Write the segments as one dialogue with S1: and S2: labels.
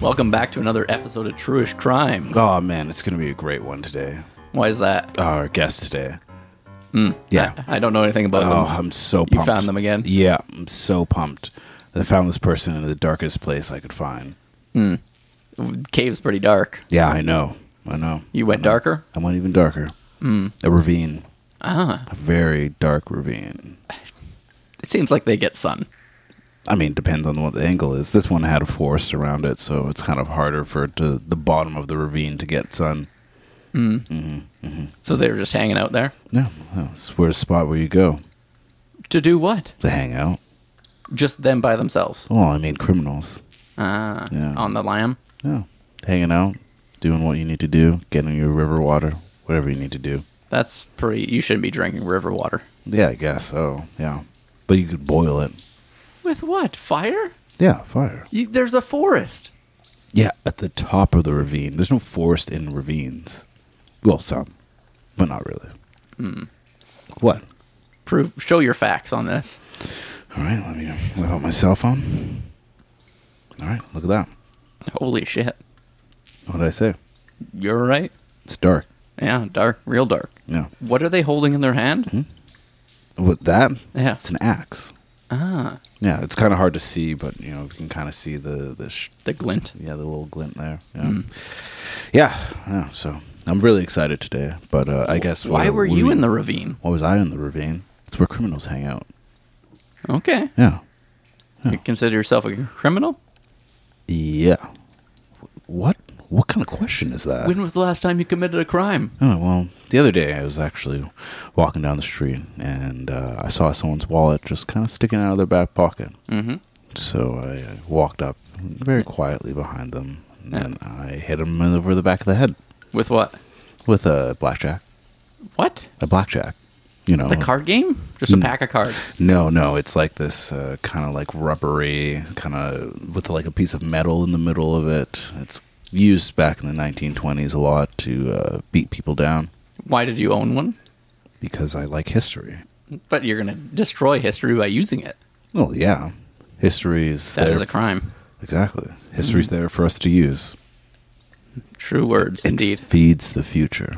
S1: Welcome back to another episode of Truish Crime.
S2: Oh man, it's gonna be a great one today.
S1: Why is that?
S2: Our guest today. Yeah.
S1: I don't know anything about
S2: Oh,
S1: them.
S2: I'm so pumped.
S1: Hmm. Uh, um, You found them again?
S2: Yeah, I'm so pumped. I found this person in the darkest place I could find.
S1: Cave's pretty dark.
S2: Yeah, I know. I know.
S1: You went
S2: I know.
S1: darker? Hmm.
S2: I went even darker. Mm. A ravine.
S1: Uh-huh.
S2: Ah. A very dark ravine.
S1: It seems like they get sun.
S2: I mean, depends on what the angle is. This one had a forest around it, so it's kind of harder for it to the bottom of the ravine to get sun.
S1: So they were just hanging out there.
S2: No, no, it's where a spot where you go
S1: To do what?
S2: to hang out.
S1: Just them by themselves.
S2: Well, I mean, criminals.
S1: Ah,
S2: Yeah.
S1: on the lamb.
S2: Yeah. Hanging out, doing what you need to do, getting your river water, whatever you need to do.
S1: That's pretty. You shouldn't be drinking river water.
S2: Yeah, I guess so. Yeah. But you could boil it.
S1: With what? Fire?
S2: Yeah, fire.
S1: You, there's a forest.
S2: Yeah, at the top of the ravine. There's no forest in ravines. Well, some, but not really.
S1: Hmm.
S2: What?
S1: Prove. Show your facts on this.
S2: All right, let me whip out my cell phone. All right, look at that.
S1: Holy shit.
S2: What did I say?
S1: You're right.
S2: It's dark.
S1: Yeah, dark. Real dark.
S2: Yeah.
S1: What are they holding in their hand?
S2: Hmm? With that,
S1: Yeah.
S2: it's an axe.
S1: Ah,
S2: Yeah, it's kind of hard to see, but you know, you can kind of see the the sh-
S1: the glint.
S2: Yeah, the little glint there. Yeah.
S1: Hmm.
S2: yeah, yeah, So I'm really excited today, but uh, I guess
S1: Why
S2: we're-
S1: were
S2: we-
S1: you in the ravine?
S2: Why was I in the ravine? It's where criminals hang out.
S1: Okay.
S2: Yeah,
S1: You consider yourself a criminal?
S2: yeah. What? What kind of question is that?
S1: When was the last time you committed a crime?
S2: Oh well, the other day I was actually walking down the street and uh, I saw someone's wallet just kind of sticking out of their back pocket.
S1: Mm-hmm.
S2: So I uh, walked up very quietly behind them and I hit him over the back of the head
S1: With what?
S2: with a blackjack.
S1: What?
S2: A blackjack. You know,
S1: The card game? Just a
S2: Oh. Mm.
S1: pack of cards.
S2: No, no, it's like this uh, kind of like rubbery, kind of with like a piece of metal in the middle of it. It's used back in the 1920s a lot to uh, beat people down
S1: Why did you own one?
S2: because I like history.
S1: But you're going to destroy history by using it.
S2: Well, yeah, history is
S1: That
S2: there.
S1: is a Mm-hmm. crime.
S2: Exactly, history's there for us to use.
S1: True words,
S2: It
S1: indeed.
S2: feeds the future.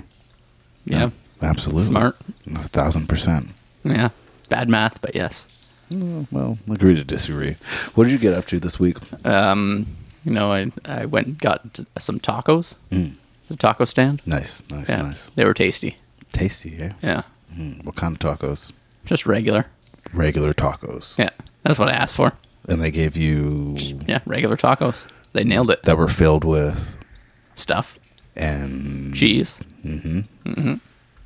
S1: Yeah.
S2: absolutely
S1: Smart.
S2: a thousand percent.
S1: Yeah. Bad math, but yes.
S2: Mm, Well, agree to disagree. What did you get up to this week?
S1: Um, you know, I, I went and got t- some tacos.
S2: Mm.
S1: The taco stand.
S2: Nice, nice,
S1: yeah.
S2: nice,
S1: They were tasty.
S2: tasty. Yeah.
S1: Yeah.
S2: Mm, what kind of tacos?
S1: Just regular.
S2: Regular tacos.
S1: Yeah. That's what I asked for.
S2: and they gave you
S1: Yeah. Regular tacos. They nailed it.
S2: that were filled with
S1: Stuff.
S2: and
S1: Cheese.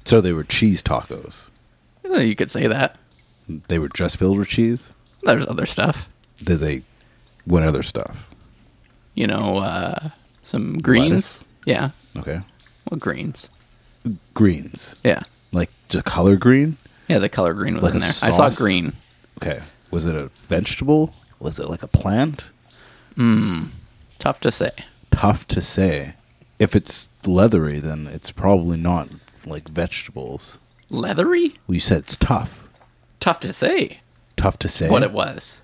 S2: so they were cheese tacos.
S1: Eh, You could say that.
S2: They were just filled with cheese.
S1: There's other stuff.
S2: Did they? What other stuff?
S1: You know, uh, some greens.
S2: Lettuce?
S1: Yeah.
S2: Okay,
S1: Well, greens.
S2: greens
S1: Yeah.
S2: like just color green.
S1: Yeah, the color green was
S2: Like
S1: in
S2: a
S1: there. I saw
S2: sauce?
S1: green.
S2: Okay, was it a vegetable? Was it like a plant?
S1: Tough to say.
S2: Tough to say. If it's leathery, then it's probably not like vegetables.
S1: Leathery?
S2: Well, you said it's tough.
S1: Tough to say
S2: Tough to say.
S1: what it was.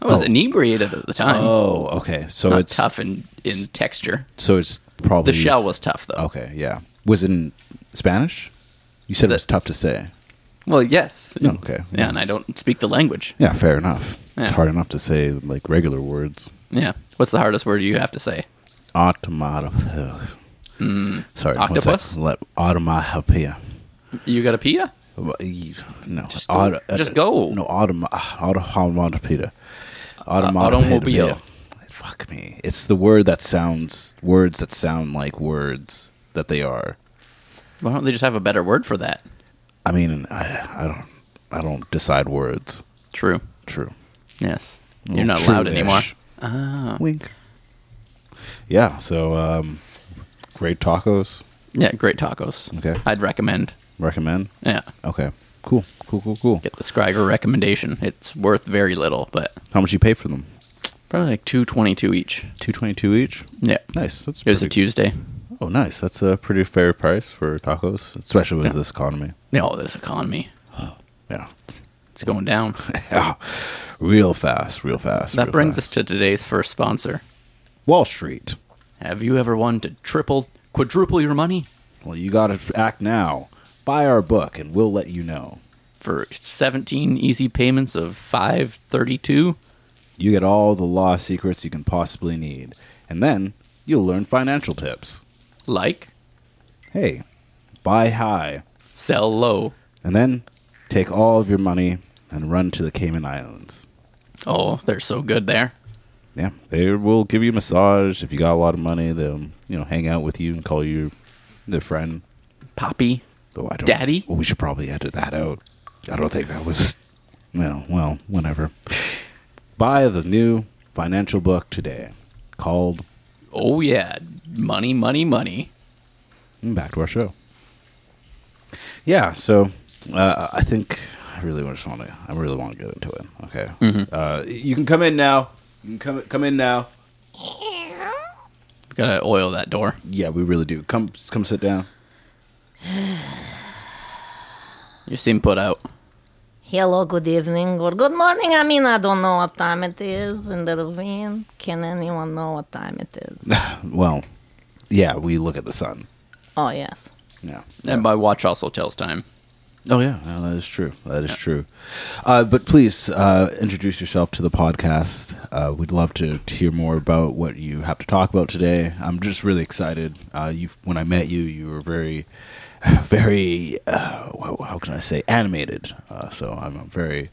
S1: I was
S2: Eh? Oh.
S1: inebriated at the time.
S2: Oh, okay. So
S1: Not
S2: it's
S1: tough in, in texture.
S2: So it's probably
S1: The shell was tough, though.
S2: Okay, yeah. Was it in Spanish? You said
S1: The-
S2: it was tough to say.
S1: Well, yes.
S2: Oh, okay.
S1: Yeah, and I don't speak the language.
S2: Yeah, fair enough. It's
S1: Yeah.
S2: hard enough to say like regular words.
S1: Yeah. What's the hardest word you have to say?
S2: Automata. ugh. Sorry, one sec.
S1: Mm. Octopus?
S2: Let automata.
S1: You got a pia?
S2: Well, you- eh, No, uh,
S1: Just go. Just go. Uh,
S2: No, uh, automa- auto- automatopedia.
S1: automobile.
S2: Automatopedia. Fuck me. It's the word that sounds words that sound like words that they are.
S1: Why don't they just have a better word for that?
S2: I mean, I, I don't, I don't decide words.
S1: True.
S2: True.
S1: Yes.
S2: Well,
S1: You're not allowed
S2: true-ish.
S1: anymore. Ah.
S2: Wink. Yeah. So, um, great tacos.
S1: Yeah, great tacos.
S2: Okay.
S1: I'd recommend.
S2: Recommend.
S1: Yeah.
S2: Okay. Cool. Cool. Cool. Cool.
S1: Get the Scriger recommendation. It's worth very little, but
S2: How much you pay for them?
S1: probably like two twenty two each.
S2: Two twenty-two each.
S1: Yeah.
S2: Nice. That's
S1: It was a
S2: pretty-
S1: Tuesday.
S2: Oh, nice. That's a pretty fair price for tacos, especially with
S1: Yeah.
S2: this economy.
S1: No, this economy.
S2: Yeah.
S1: It's going down.
S2: Real fast. Real fast.
S1: That
S2: real
S1: brings
S2: fast.
S1: us to today's first sponsor.
S2: Wall Street.
S1: Have you ever wanted to triple, quadruple your money
S2: Well, you got to act now. Buy our book, and we'll let you know.
S1: for 17 easy payments of 532?
S2: You get all the law secrets you can possibly need, and then you'll learn financial tips.
S1: Like,
S2: Hey, buy high,
S1: sell low.
S2: and then take all of your money and run to the Cayman Islands.
S1: Oh, they're so good there.
S2: Yeah, they will give you a massage if you got a lot of money. They'll you know hang out with you and call you their friend.
S1: Poppy.
S2: Oh, I don't.
S1: Daddy?
S2: Well, we should probably edit that out. I don't think that was. Well, well, whenever. Buy the new financial book today, called
S1: Oh, yeah. Money, money, money.
S2: And hmm, back to our show. Yeah, so uh, I think I really just want to. I really want to get into it. Okay, uh, you can come in now. You can come come in now.
S1: Gotta oil that door.
S2: Yeah, we really do. Come come sit down.
S1: You seem put out.
S3: Hello, good evening, or good morning. I mean, I don't know what time it is in the ravine. Can anyone know what time it is?
S2: Well, yeah, we look at the sun.
S3: oh, yes.
S2: Yeah.
S1: And my watch also tells time.
S2: Oh yeah, no, that is true. That is true. Uh, but please uh, introduce yourself to the podcast. Uh, we'd love to, to hear more about what you have to talk about today. I'm just really excited. Uh, you, when I met you, you were very, very. Uh, wha- how can I say animated? Uh, so I'm very,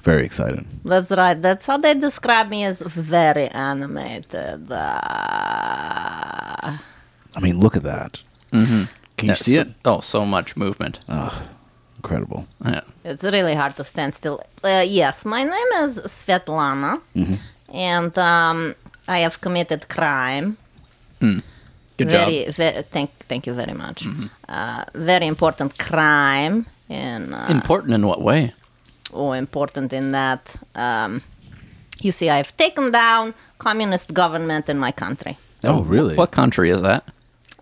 S2: very excited.
S3: That's right. That's how they describe me as very animated. Uh,
S2: I mean, look at that. Mm-hmm. Can you
S1: Yeah,
S2: see
S1: so-
S2: it? Oh.
S1: Oh, so much movement.
S2: Incredible.
S1: Yeah.
S3: it's really hard to stand still. Uh, yes, my name is Svetlana,
S1: Mm-hmm.
S3: and um, I have committed crime.
S1: Good
S3: very,
S1: job. Mm-hmm.
S3: ve- thank, thank you very much. Uh, very important crime in uh,
S1: Important in what way?
S3: oh, important in that um, you see, I've taken down communist government in my country.
S2: Oh,
S1: Wh-
S2: really? Uh,
S1: What country is that?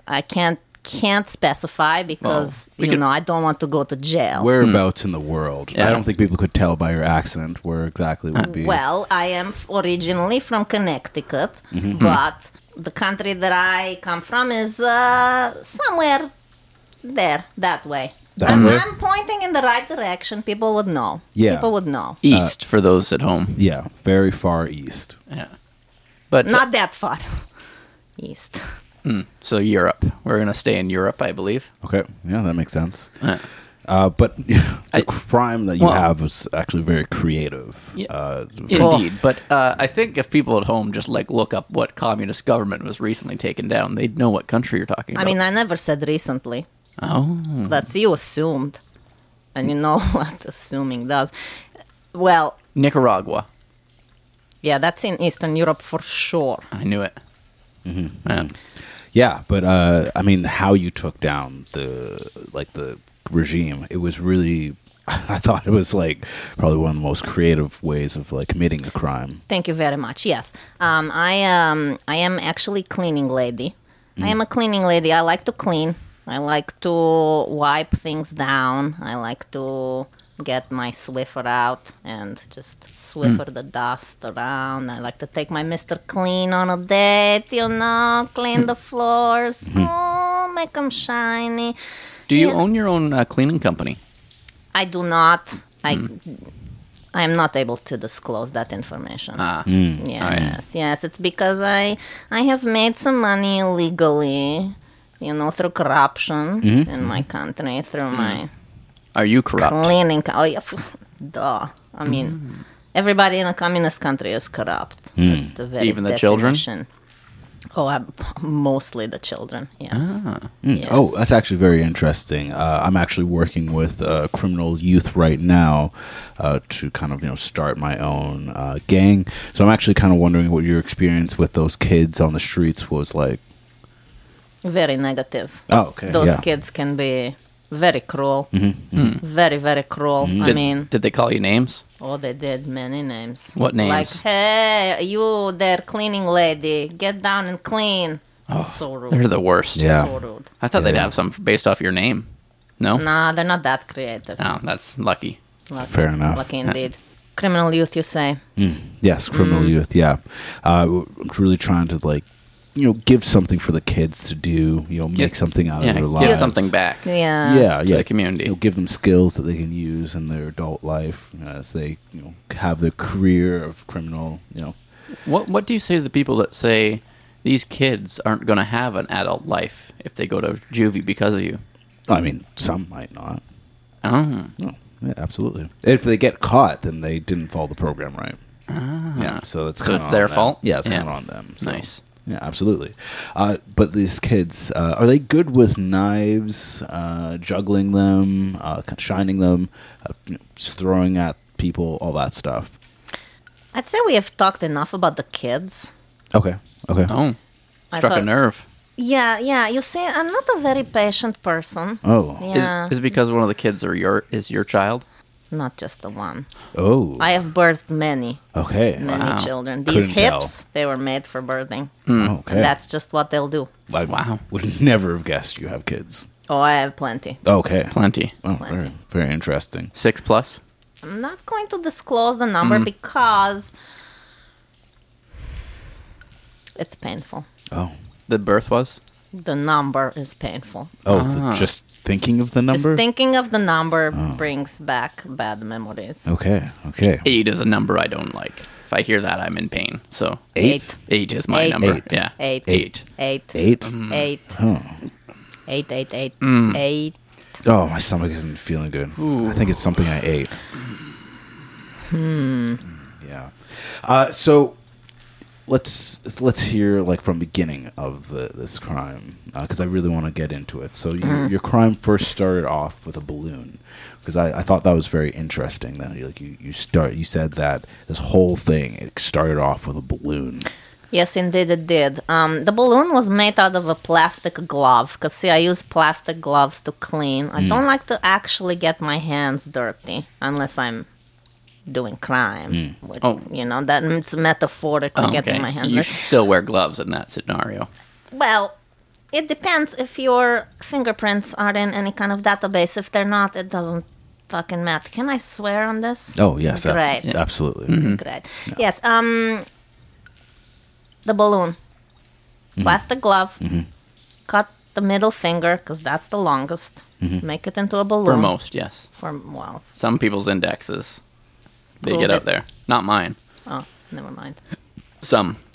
S3: I can't can't specify because
S1: we
S3: you
S1: could-
S3: know I don't want to go to jail.
S2: Whereabouts in the world?
S1: Yeah.
S2: I don't think people could tell by your accent where exactly it would be. Mm-hmm,
S3: Uh, Well, I am f- originally from Connecticut, but the country that I come from is uh, somewhere there that way.
S2: That
S3: I'm,
S2: way?
S3: I'm pointing in the right direction. People would know.
S2: Yeah.
S3: People would know.
S1: East for those at home.
S2: yeah, very far east.
S1: Yeah. But
S3: Not that far east.
S1: so Europe. We're gonna stay in Europe, I believe.
S2: Okay, yeah, that makes sense.
S1: Yeah.
S2: Uh, but the
S1: I-
S2: crime that you
S1: Well-
S2: have is actually very creative.
S1: Yeah.
S2: Uh, it's very-
S1: Indeed, but uh, I think if people at home just like look up what communist government was recently taken down, they'd know what country you're talking
S3: I
S1: about.
S3: mean, I never said recently.
S1: oh,
S3: That's you assumed. And you know what assuming does. Well,
S1: Nicaragua.
S3: yeah, that's in Eastern Europe for sure.
S1: I knew it.
S2: Mm-hmm.
S1: Yeah.
S2: yeah, but uh, I mean, how you took down the like the regime? It was really. I thought it was like probably one of the most creative ways of like committing a crime.
S3: Thank you very much. Yes, um, I um, I am actually cleaning lady. I am a cleaning lady. I like to clean. I like to wipe things down. I like to get my Swiffer out and just Swiffer the dust around. I like to take my Mister Clean on a date. You know, clean the floors. Oh, make them shiny.
S1: Do you
S3: Yeah.
S1: own your own uh, cleaning company?
S3: I do not. I. I am not able to disclose that information.
S1: Ah,
S3: Mm, Yes, yes. It's because I I have made some money illegally, you know, through corruption
S2: Mm-hmm.
S3: in my country, through my
S1: are you corrupt?
S3: cleaning. Co- oh, yeah, duh. I
S2: Mm-hmm.
S3: mean, everybody in a communist country is corrupt.
S2: Mm.
S3: That's the very
S1: Even the children?
S3: definition. Oh, I, mostly the children. Yes.
S1: Ah.
S3: yes.
S2: Oh, that's actually very interesting. Uh, I'm actually working with uh, criminal youth right now uh, to kind of you know start my own uh, gang. So I'm actually kind of wondering what your experience with those kids on the streets was like.
S3: very negative.
S2: Oh, okay.
S3: Those
S2: yeah. Mm-hmm. Mm.
S3: kids can be very cruel. Very, very cruel. I
S1: Hmm. Did,
S3: mean,
S1: did they call you names?
S3: Oh, they did many names.
S1: What names?
S3: Like, hey, you there, cleaning lady, get down and clean. so rude.
S1: Oh, They're the worst.
S2: Yeah.
S3: So rude.
S1: I thought they'd
S2: Yeah.
S1: have some based off your name. No?
S3: Nah, they're not that creative.
S1: Oh, that's lucky.
S3: Lucky-
S2: Fair enough.
S3: Lucky indeed. criminal youth, you say?
S2: Mm. Yes, criminal
S3: Mm.
S2: youth. Yeah, uh, w- I'm really trying to like, you know, give something for the kids to do. You know, make
S1: Get-
S2: something out
S1: yeah,
S2: of their
S1: give
S2: lives.
S1: something back.
S3: Yeah.
S2: Yeah,
S1: to
S2: yeah.
S1: the community.
S2: You know, give them skills that they can use in their adult life you know, as they you know have the career of criminal. You know,
S1: What What do you say to the people that say these kids aren't going to have an adult life if they go to juvie because of you?
S2: I mean, some might not.
S1: Oh,
S2: No, yeah, absolutely. If they get caught, then they didn't follow the program right. Yeah, so that's
S1: Ah. So
S2: kinda
S1: it's
S2: on
S1: their
S2: them.
S1: fault?
S2: Yeah, it's
S1: Yeah.
S2: kind of on them. so-
S1: Nice.
S2: Yeah, absolutely. Uh, but these kids uh, are they good with knives, uh, juggling them, uh, kind of shining them, uh, you know, just throwing at people, all that stuff.
S3: I'd say we have talked enough about the kids.
S2: Okay. Okay.
S1: oh,
S3: I
S1: struck a
S3: thought-
S1: nerve.
S3: Yeah, yeah. You see, I'm not a very patient person.
S2: Oh.
S3: Yeah,
S1: Is, is it because one of the kids are your is your child?
S3: not just the one.
S2: Oh.
S3: I Mm. have birthed many,
S2: okay.
S3: many
S1: Wow.
S3: children. These
S2: Couldn't tell. Hmm,
S3: hips, they were made for birthing.
S2: Okay.
S3: That's just what they'll do.
S2: I
S1: Hmm. Wow.
S2: Would never have guessed you have kids.
S3: Oh, I have plenty.
S2: Okay.
S1: Plenty.
S2: Oh, very, very interesting.
S1: Six plus.
S3: I'm not going to disclose the number
S2: Mm-hmm.
S3: because it's painful.
S2: Oh.
S1: The birth was.
S3: The number is painful.
S2: Oh, th- just thinking of the number.
S3: Ah.
S2: Oh.
S3: Just thinking of the number brings back bad memories.
S2: okay. Okay.
S1: Eight is a number I don't like. If I hear that, I'm in pain. So
S3: Eight.
S1: eight is my
S3: Eight.
S1: number.
S2: Eight.
S1: Yeah,
S3: Eight.
S1: Eight.
S3: Eight.
S2: Eight. Mm.
S3: Eight.
S2: Oh.
S3: Eight. Eight. Eight. Eight.
S2: Oh, my stomach isn't feeling good. I think it's something I ate. Hmm.
S3: Hmm.
S2: Yeah. Uh, so let's let's hear like from beginning of the, this crime because I really want to get into it. So you,
S3: Mm-hmm.
S2: your crime first started off with a balloon because I, I thought that was very interesting. That you, like you you start you said that this whole thing it started off with a balloon.
S3: Yes, indeed it did. Um, the balloon was made out of a plastic glove because, see, I use plastic gloves to clean.
S1: Hmm.
S3: I don't like to actually get my hands dirty unless I'm doing crime. Which,
S1: Oh.
S3: You know, that it's metaphorical
S1: Oh,
S3: getting my hands
S1: You
S3: dirty.
S1: should still wear gloves in that scenario.
S3: Well, it depends if your fingerprints are in any kind of database. If they're not, it doesn't fucking matter. Can I swear on this?
S2: Oh yes, ab-
S3: Right. Yeah.
S2: absolutely.
S3: Great. Yes. Um, the balloon, plastic glove. Cut the middle finger because that's the longest. Make it into a
S1: For
S3: balloon.
S1: most, yes.
S3: For well,
S1: Some people's indexes, they
S3: Prove
S1: get up
S3: it.
S1: there. Not mine.
S3: oh, never mind.
S1: Some.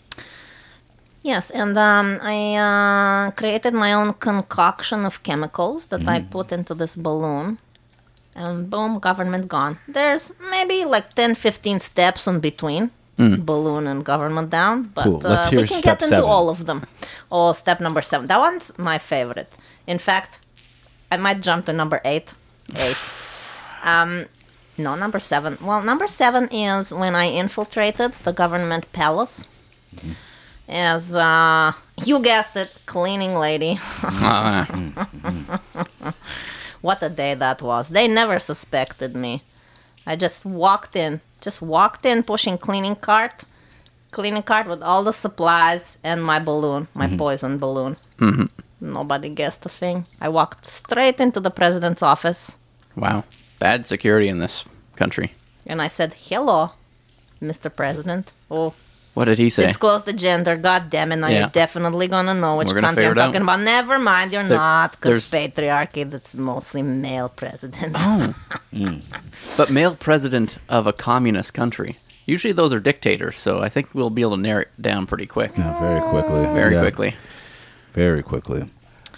S3: Yes, and um, I uh, created my own concoction of chemicals that
S2: Mm.
S3: I put into this balloon. And boom, government gone. There's maybe like 10, 15 steps in between balloon and government down, but
S2: Mm. Cool. Let's
S3: uh,
S2: hear
S3: we can
S2: step
S3: get into
S2: seven.
S3: all of them. Oh, step number seven. That one's my favorite. In fact, I might jump to number eight. Eight. Um, no, number seven. Well, number seven is when I infiltrated the government palace as uh you guessed it cleaning lady
S1: Ah,
S3: what a day that was they never suspected me i just walked in just walked in pushing cleaning cart cleaning cart with all the supplies and my balloon my poison balloon nobody guessed a thing i walked straight into the president's office
S1: wow. Bad security in this country.
S3: and i said hello mr president oh
S1: What did he say?
S3: disclose the gender. God damn it! Now
S1: Yeah.
S3: you're definitely gonna know which
S1: We're gonna
S3: country I'm
S1: figure it
S3: talking about. Never mind, you're
S1: There-
S3: not, because
S1: there's-
S3: patriarchy. That's mostly male presidents.
S1: Oh. but male president of a communist country. Usually those are dictators, so I think we'll be able to narrow it down pretty quick.
S2: Yeah, very quickly.
S1: Very
S2: Yeah.
S1: quickly.
S2: very quickly.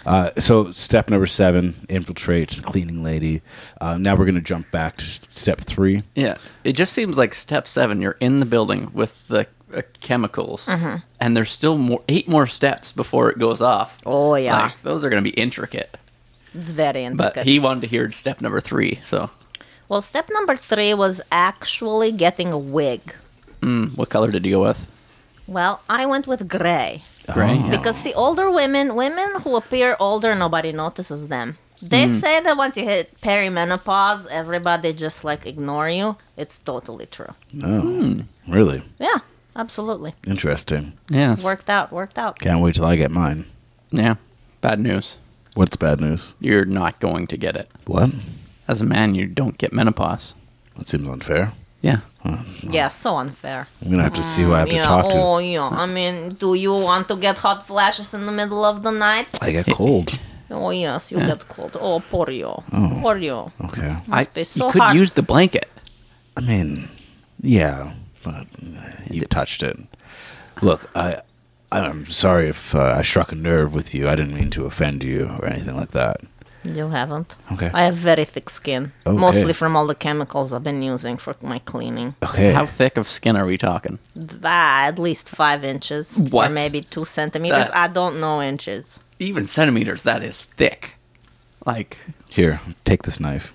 S2: Uh, so step number seven, infiltrate cleaning lady. Uh, now we're going to jump back to s- step three.
S1: Yeah. It just seems like step seven, you're in the building with the uh, chemicals, and there's still more eight more steps before it goes off.
S3: Oh, yeah.
S1: Like, those are going to be intricate.
S3: It's very
S1: But
S3: intricate.
S1: he wanted to hear step number three, so
S3: well, step number three was actually getting a wig.
S1: what color did you go with? Oh.
S3: Well, I went with gray.
S1: Gray? Yeah.
S3: Because see, older women, women who appear older, nobody notices them. They
S1: Mm.
S3: say that once you hit perimenopause, everybody just like ignore you. It's totally true.
S2: Oh, really
S3: Yeah, absolutely.
S2: interesting.
S1: Yes.
S3: Worked out, worked out.
S2: Can't wait till I get mine.
S1: Yeah. Bad news.
S2: What's bad news?
S1: You're not going to get it.
S2: What?
S1: As a man, you don't get menopause.
S2: That seems unfair.
S1: Yeah.
S3: Yeah, so unfair.
S2: I'm gonna have to see who I have to
S3: yeah.
S2: talk to.
S3: oh, yeah. I mean, do you want to get hot flashes in the middle of the night?
S2: I get cold.
S3: Oh, yes, you get cold. Oh, poor you. Poor you.
S2: Okay.
S1: I,
S3: be so
S1: you could
S3: hot.
S1: use the blanket.
S2: I mean, yeah, but uh, you've touched it. Look, I, I'm sorry if uh, I struck a nerve with you. I didn't mean to offend you or anything like that.
S3: You haven't.
S2: Okay.
S3: I have very thick skin,
S2: Okay.
S3: mostly from all the chemicals I've been using for my cleaning.
S2: Okay.
S1: How thick of skin are we talking?
S3: Ah, at least five inches,
S1: What?
S3: or maybe two centimeters.
S1: That-
S3: I don't know inches.
S1: Even centimeters, that is thick. Like,
S2: Here, take this knife.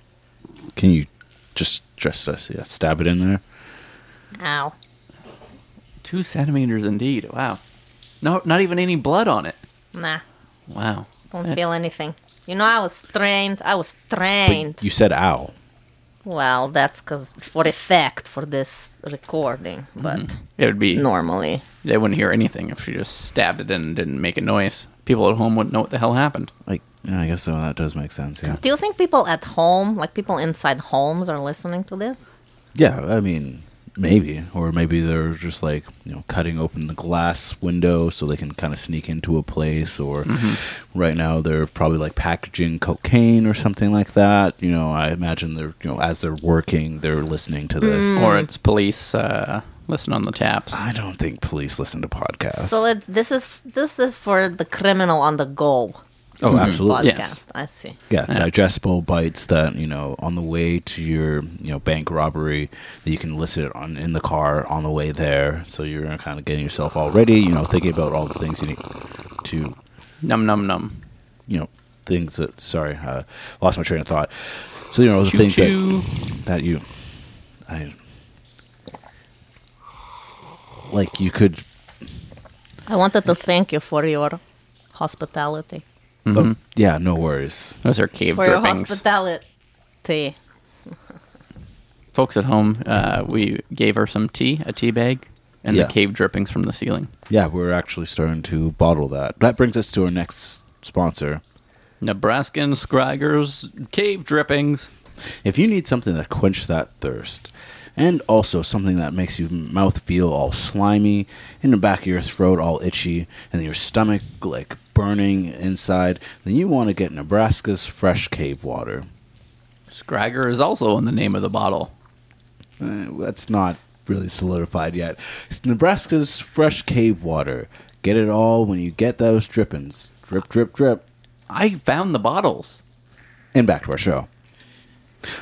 S2: Can you just just uh, yeah, stab it in there?
S3: Ow.
S1: two centimeters indeed. Wow. No, not even any blood on it.
S3: Nah,
S1: Wow.
S3: don't
S1: That-
S3: feel anything. You know, I was trained. I was
S2: But
S3: trained.
S2: you said "ow."
S3: Well, that's because for effect for this recording, but
S1: It would be.
S3: normally.
S1: They wouldn't hear anything if she just stabbed it in and didn't make a noise. People at home wouldn't know what the hell happened.
S2: Like, yeah, I guess so. That does make sense. Yeah.
S3: Do you think people at home, like people inside homes, are listening to this?
S2: Yeah. I mean, maybe, or maybe they're just like you know cutting open the glass window so they can kind of sneak into a place. Or
S3: Mm-hmm.
S2: right now they're probably like packaging cocaine or something like that. You know, I imagine they're you know as they're working they're listening to this.
S3: Mm.
S1: Or it's police uh, listening on the taps.
S2: I don't think police listen to podcasts.
S3: So it, this is this is for the criminal on the go
S2: oh,
S3: Mm-hmm.
S2: absolutely.
S1: Yes.
S3: podcast. I see.
S2: Yeah, digestible bites that you know on the way to your you know bank robbery that you can listen it on in the car on the way there. So you're kind of getting yourself all ready. You know, thinking about all the things you need to
S1: Num num num.
S2: you know things that. Sorry, uh, lost my train of thought. So you know the things
S1: Choo.
S2: that that you, I like you could.
S3: I wanted to thank you for your hospitality.
S2: oh, yeah, no worries.
S1: Those are cave
S3: For your
S1: drippings.
S3: hospitality.
S1: Folks at home, uh, we gave her some tea, a tea bag, and
S2: Yeah.
S1: the cave drippings from the ceiling.
S2: Yeah, we're actually starting to bottle that. That brings us to our next sponsor.
S1: Nebraskan Scraggers cave drippings.
S2: If you need something that quenches that thirst, and also something that makes your mouth feel all slimy, in the back of your throat all itchy, and your stomach like burning inside, then you want to get Nebraska's fresh cave water.
S1: Scragger is also in the name of the bottle.
S2: Uh, that's not really solidified yet. It's Nebraska's fresh cave water. Get it all when you get those drippings. Drip, drip, drip.
S1: I found the bottles.
S2: and back to our show.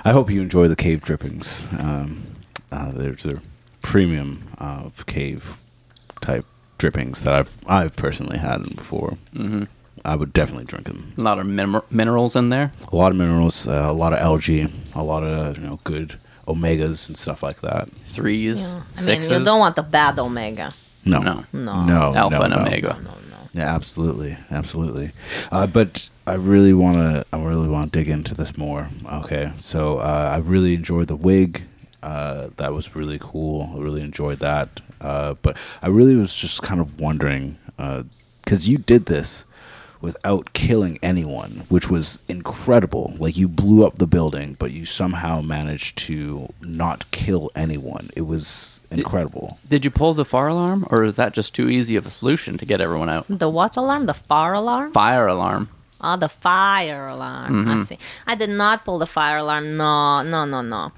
S2: I hope you enjoy the cave drippings. Um, uh, there's a premium uh, cave type drippings that I've I've personally had before. Mm-hmm. I would definitely drink them.
S1: A lot of min- minerals in there.
S2: A lot of minerals, uh, a lot of algae, a lot of you know good omegas and stuff like that.
S1: Threes,
S3: I
S1: sixes.
S3: mean, you don't want the bad omega.
S2: No,
S1: No.
S2: no,
S3: No.
S2: no
S1: alpha and
S2: Oh, no.
S1: omega.
S3: No, no.
S2: Yeah, absolutely, absolutely. Uh, but I really want to. I really want to dig into this more. Okay, so uh, I really enjoyed the wig. Uh, that was really cool. I really enjoyed that. Uh, but I really was just kind of wondering because you did this without killing anyone, which was incredible. Like you blew up the building, but you somehow managed to not kill anyone. It was incredible.
S1: Did you pull the fire alarm, or is that just too easy of a solution to get everyone out?
S3: The what alarm? The fire alarm?
S1: Fire alarm.
S3: Oh, the fire alarm.
S1: Mm-hmm.
S3: I see. I did not pull the fire alarm. No, no, no, no.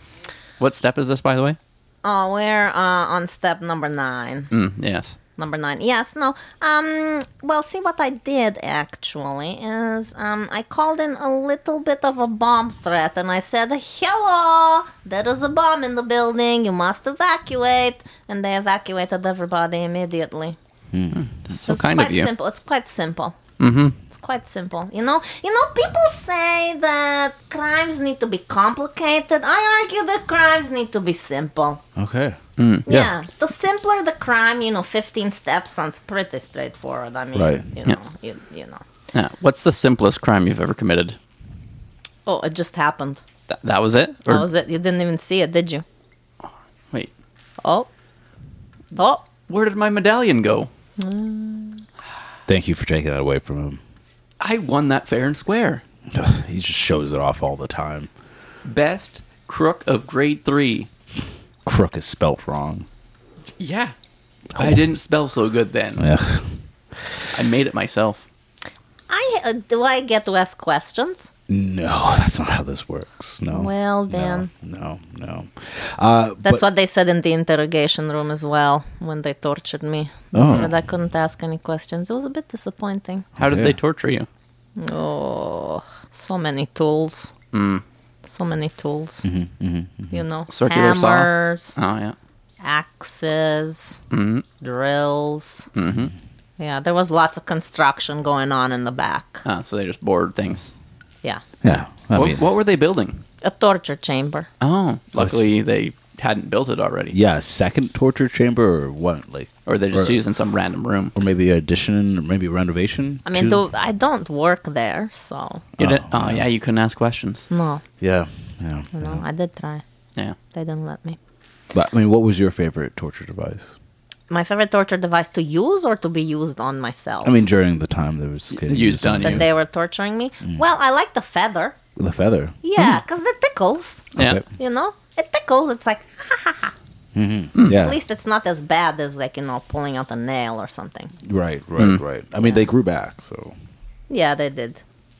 S1: What step is this, by the way?
S3: Oh, we're uh, on step number nine.
S1: Mm, yes.
S3: Number nine. Yes, no. Um, well, see, what I did actually is um, I called in a little bit of a bomb threat and I said, Hello, there is a bomb in the building. You must evacuate. And they evacuated everybody immediately.
S1: So
S3: it's
S1: Oh, kind
S3: quite
S1: of you.
S3: Simple. It's quite simple. Mm-hmm. It's quite simple. You know, you know, people say that crimes need to be complicated. I argue that crimes need to be simple.
S2: Okay.
S3: Yeah. The simpler the crime, you know, 15 steps sounds pretty straightforward. I mean,
S2: Right.
S3: you know, you, you know.
S1: Yeah. What's the simplest crime you've ever committed?
S3: Oh, it just happened.
S1: Th- that was it? Or-
S3: That was it. You didn't even see it, did you?
S1: Wait,
S3: Oh. Oh.
S1: where did my medallion go?
S2: Thank you for taking that away from him.
S1: I won that fair and square.
S2: Ugh, he just shows it off all the time.
S1: Best crook of grade three.
S2: crook is spelt wrong.
S1: Yeah. I didn't spell so good then.
S2: Oh. Yeah.
S1: I made it myself.
S3: I uh, do I get to ask questions?
S2: No, that's not how this works. No.
S3: Well,
S2: No,
S3: then.
S2: No, no. Uh, but-
S3: That's what they said in the interrogation room as well when they tortured me. They
S2: Oh.
S3: said I couldn't ask any questions. It was a bit disappointing.
S1: How did
S2: Yeah.
S1: they torture you?
S3: Oh, so many tools.
S1: Mm.
S3: So many tools.
S2: Mm-hmm,
S3: You know,
S1: Circular saw?
S3: hammers,
S1: Oh yeah.
S3: axes,
S2: Mm-hmm.
S3: drills. Yeah, there was lots of construction going on in the back.
S1: Ah, so they just bored things.
S3: Yeah,
S2: Yeah. I
S1: What,
S2: mean,
S1: what were they building?
S3: a torture chamber.
S1: Oh, luckily they hadn't built it already.
S2: yeah, second torture chamber or what? Like,
S1: Or they're just
S2: Or-
S1: using some random room.
S2: or maybe addition, or maybe renovation.
S3: I mean,
S2: to-
S3: though I don't work there, so
S1: You
S2: Oh,
S1: did- oh yeah, you couldn't ask questions.
S3: no,
S2: yeah, yeah,
S3: no,
S2: yeah.
S3: I did try.
S1: Yeah.
S3: They didn't let me.
S2: But I mean, what was your favorite torture device?
S3: My favorite torture device to use or to be used on myself.
S2: I mean, during the time that was getting
S1: Used on
S3: that
S1: you.
S3: they were torturing me.
S2: Mm.
S3: Well, I like the feather.
S2: the feather.
S3: Yeah,
S2: Mm.
S3: because it tickles.
S1: Yeah.
S2: Okay.
S3: You know, it tickles. It's like
S2: Mm. Yeah,
S3: at least it's not as bad as like you know pulling out a nail or something.
S2: right, right,
S1: Mm.
S2: right. I mean, they grew back, so
S3: Yeah, they did.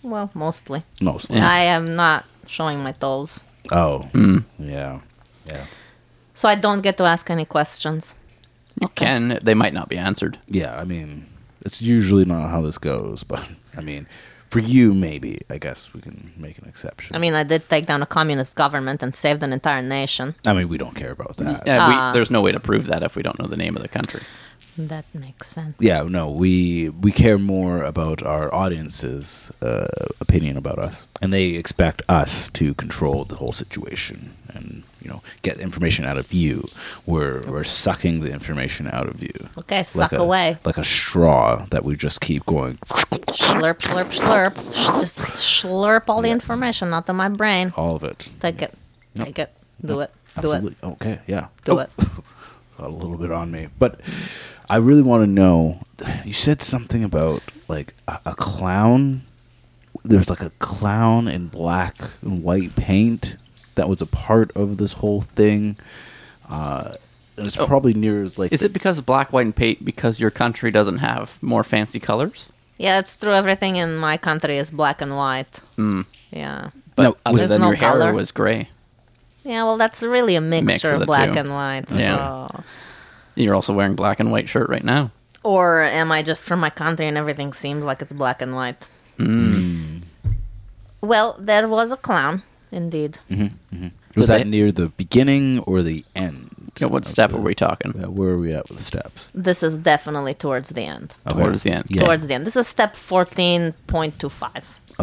S3: Well, mostly.
S2: mostly.
S3: I am not showing my toes,
S2: Oh,
S1: Mm.
S2: yeah, yeah,
S3: so I don't get to ask any questions.
S1: You can. They might not be answered.
S2: yeah. I mean, it's usually not how this goes, but I mean, for you, maybe I guess we can make an exception.
S3: I mean, I did take down a communist government and saved an entire nation.
S2: I mean, we don't care about that.
S3: uh,
S1: Yeah,
S3: Ah.
S1: we, there's no way to prove that if we don't know the name of the country.
S3: That makes sense.
S2: yeah no we we care more about our audience's uh, opinion about us and they expect us to control the whole situation and you know get information out of you we're we're sucking the information out of you
S3: Okay, suck
S2: a,
S3: away.
S2: like a straw that we just keep going
S3: Slurp, slurp, slurp. Just slurp all the information out of my brain.
S1: Oh.
S2: all of it
S3: Take it. Take it. Do it. Do
S2: absolutely
S3: it.
S2: okay yeah Oh,
S3: Do it.
S2: got a little bit on me but i really want to know you said something about like a, a clown there's like a clown in black and white paint that was a part of this whole thing uh and it's probably near like
S1: Oh. Is it because black, white, and paint because your country doesn't have more fancy colors?
S3: Yeah, it's true. Everything in my country is black and white.
S1: Hmm.
S3: Yeah.
S2: no,
S1: Other
S2: was-
S3: There's
S1: than
S3: no
S1: your hair
S3: color.
S1: was gray.
S3: Yeah, well, that's really a mixture
S1: Mix of
S3: of
S1: the
S3: black
S1: two.
S3: and white.
S1: Yeah.
S3: So.
S1: You're also wearing black and white shirt right now.
S3: Or am I just from my country and everything seems like it's black and white? Well, there was a clown, indeed.
S2: was
S1: did
S2: that
S1: they-
S2: near the beginning or the end
S1: You know, what step are we talking?
S2: Uh, where are we at with the steps
S3: This is definitely towards the end.
S1: Towards the end.
S2: Yeah.
S3: Towards the end. This is step 14.25.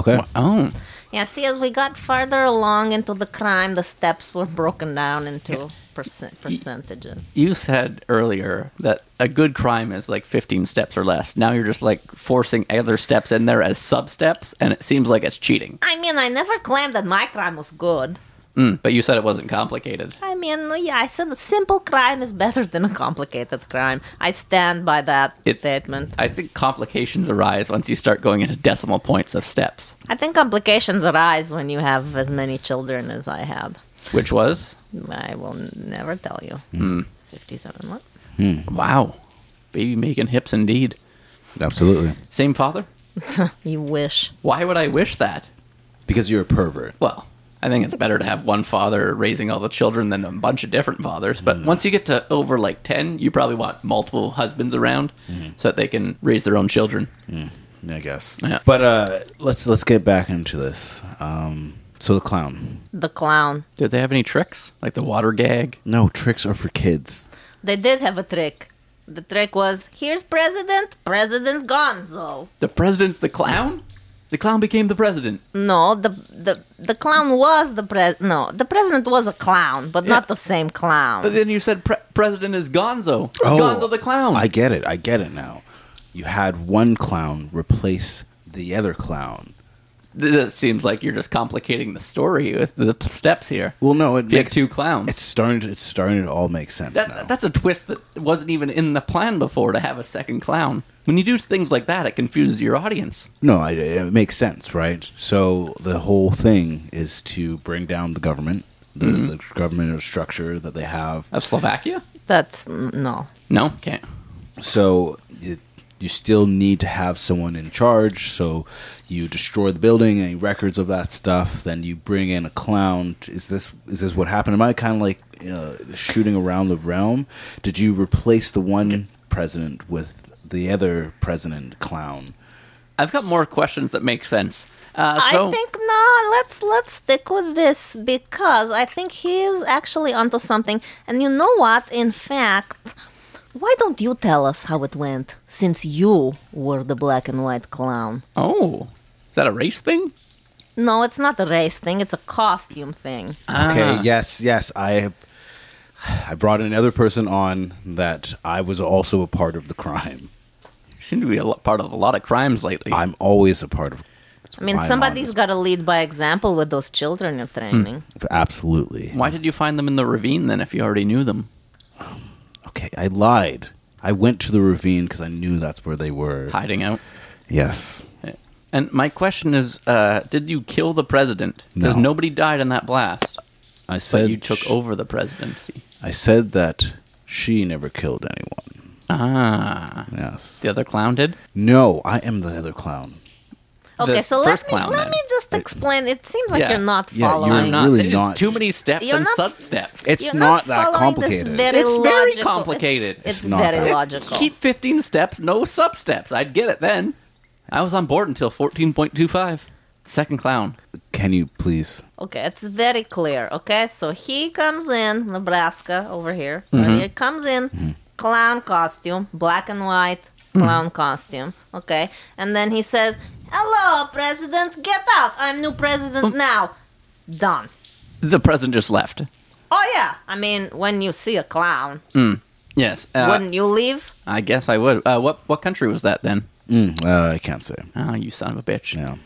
S2: okay
S1: Oh,
S3: Yeah, see, as we got farther along into the crime, the steps were broken down into percent- percentages.
S1: you said earlier that a good crime is like 15 steps or less. Now you're just like forcing other steps in there as sub steps, and it seems like it's cheating.
S3: I mean, I never claimed that my crime was good.
S1: But you said it wasn't complicated.
S3: I mean, yeah, I said a simple crime is better than a complicated crime. I stand by that
S1: It's-
S3: statement.
S1: I think complications arise once you start going into decimal points of steps,
S3: I think complications arise when you have as many children as I had.
S1: which was
S3: I will never tell you. 57 what?
S1: wow, baby making hips indeed.
S2: absolutely
S1: Same father?
S3: You wish.
S1: Why would I wish that?
S2: because you're a pervert
S1: Well, I think it's better to have one father raising all the children than a bunch of different fathers. But once you get to over like 10, you probably want multiple husbands around so that they can raise their own children.
S2: I guess.
S1: Yeah.
S2: But uh, let's let's get back into this. Um, so the clown.
S3: The clown.
S1: Did they have any tricks? Like the water gag?
S2: No tricks are for kids.
S3: They did have a trick. The trick was here's President, President Gonzo.
S1: The president's the clown? The clown became the president.
S3: No, the the the clown was the pres. No, the president was a clown, but not the same clown.
S1: But then you said pre- president is Gonzo. Gonzo the clown.
S2: Oh. I get it. I get it now. You had one clown replace the other clown.
S1: This seems like you're just complicating the story with the p- steps here.
S2: Well, no, it
S1: If you have
S2: makes
S1: two clowns.
S2: It's starting. To, it's starting to all make sense
S1: That,
S2: now.
S1: That's a twist that wasn't even in the plan before to have a second clown. When you do things like that, it confuses your audience.
S2: No, I, it makes sense, right? So the whole thing is to bring down the government the,
S1: Mm-hmm.
S2: the government structure that they have.
S1: Of Slovakia?
S3: That's no.
S1: No, can't.
S2: So it, you still need to have someone in charge. So you destroy the building, any records of that stuff. Then you bring in a clown. Is this is this what happened? Am I kind of like uh, shooting around the realm? Did you replace the one president with the other president clown?
S1: I've got more questions that make sense. Uh, so,
S3: I think no. Let's let's stick with this because I think he's actually onto something. And you know what? In fact, why don't you tell us how it went since you were the black and white clown?
S1: oh, is that a race thing?
S3: No, it's not a race thing. It's a costume thing.
S2: Okay.
S3: Ah.
S2: Yes. Yes. I I brought another person on that I was also a part of the crime.
S1: You seem to be a lo- part of a lot of crimes lately.
S2: I'm always a part of.
S3: I mean,
S2: why I'm Hmm. on
S3: somebody's
S2: this-
S3: got to lead by example with those children you're training.
S2: Absolutely.
S1: Why did you find them in the ravine then if you already knew them?
S2: Okay, I lied. I went to the ravine because I knew that's where they were.
S1: Hiding out.
S2: Yes.
S1: And my question is, uh, did you kill the president? Because
S2: No.
S1: nobody died in that blast,
S2: I said
S1: but you took
S2: sh-
S1: over the presidency.
S2: I said that she never killed anyone.
S1: Ah,
S2: Yes.
S1: the other clown did.
S2: No, I am the other clown.
S3: Okay,
S1: The
S3: so let
S1: first
S3: me
S1: clown,
S3: let
S1: then.
S3: me just explain. It seems like
S1: Yeah.
S3: you're not
S2: Yeah, you're
S3: following.
S1: I'm not.
S2: really
S1: there's
S2: not-
S1: too many steps
S3: You're
S1: and
S3: not-
S1: substeps.
S2: It's
S3: You're
S2: not, that
S3: following this
S2: complicated.
S3: Very
S1: It's very
S3: logical.
S1: complicated.
S3: It's,
S2: It's not
S3: very
S2: that-
S3: logical.
S1: Keep 15 steps, no substeps. I'd get it then. I was on board until 14.25. Second clown.
S2: Can you please?
S3: Okay, it's very clear. Okay, so he comes in Nebraska over here.
S1: Mm-hmm.
S3: He comes in clown costume, black and white
S1: Mm-hmm.
S3: clown costume. Okay, and then he says, "Hello, President. Get out. I'm new president
S1: Mm.
S3: now." Done.
S1: The president just left.
S3: Oh yeah. I mean, when you see a clown,
S1: Yes. Uh,
S3: wouldn't you leave?
S1: I guess I would. Uh, what what country was that then?
S2: Mm, uh, I can't say.
S1: Oh, you son of a bitch. Um,
S2: No.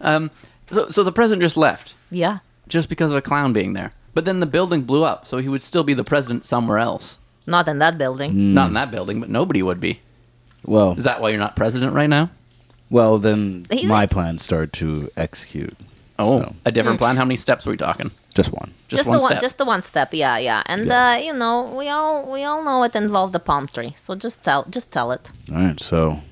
S1: So, so the president just left
S3: Yeah.
S1: just because of a clown being there. But then the building blew up, so he would still be the president somewhere else.
S3: Not in that building.
S1: Not in that building, but nobody would be.
S2: Well,
S1: Is that why you're not president right now?
S2: well, then
S3: He's-
S2: my plan started to execute.
S1: Oh,
S2: So,
S1: a different plan. How many steps are we talking?
S2: just one.
S1: Just,
S3: the
S1: one
S3: one,
S1: step.
S3: just the one step. Yeah, yeah. And
S2: Yeah.
S3: Uh, you know, we all we all know it involved the palm tree. So just tell, just tell it.
S2: All right, so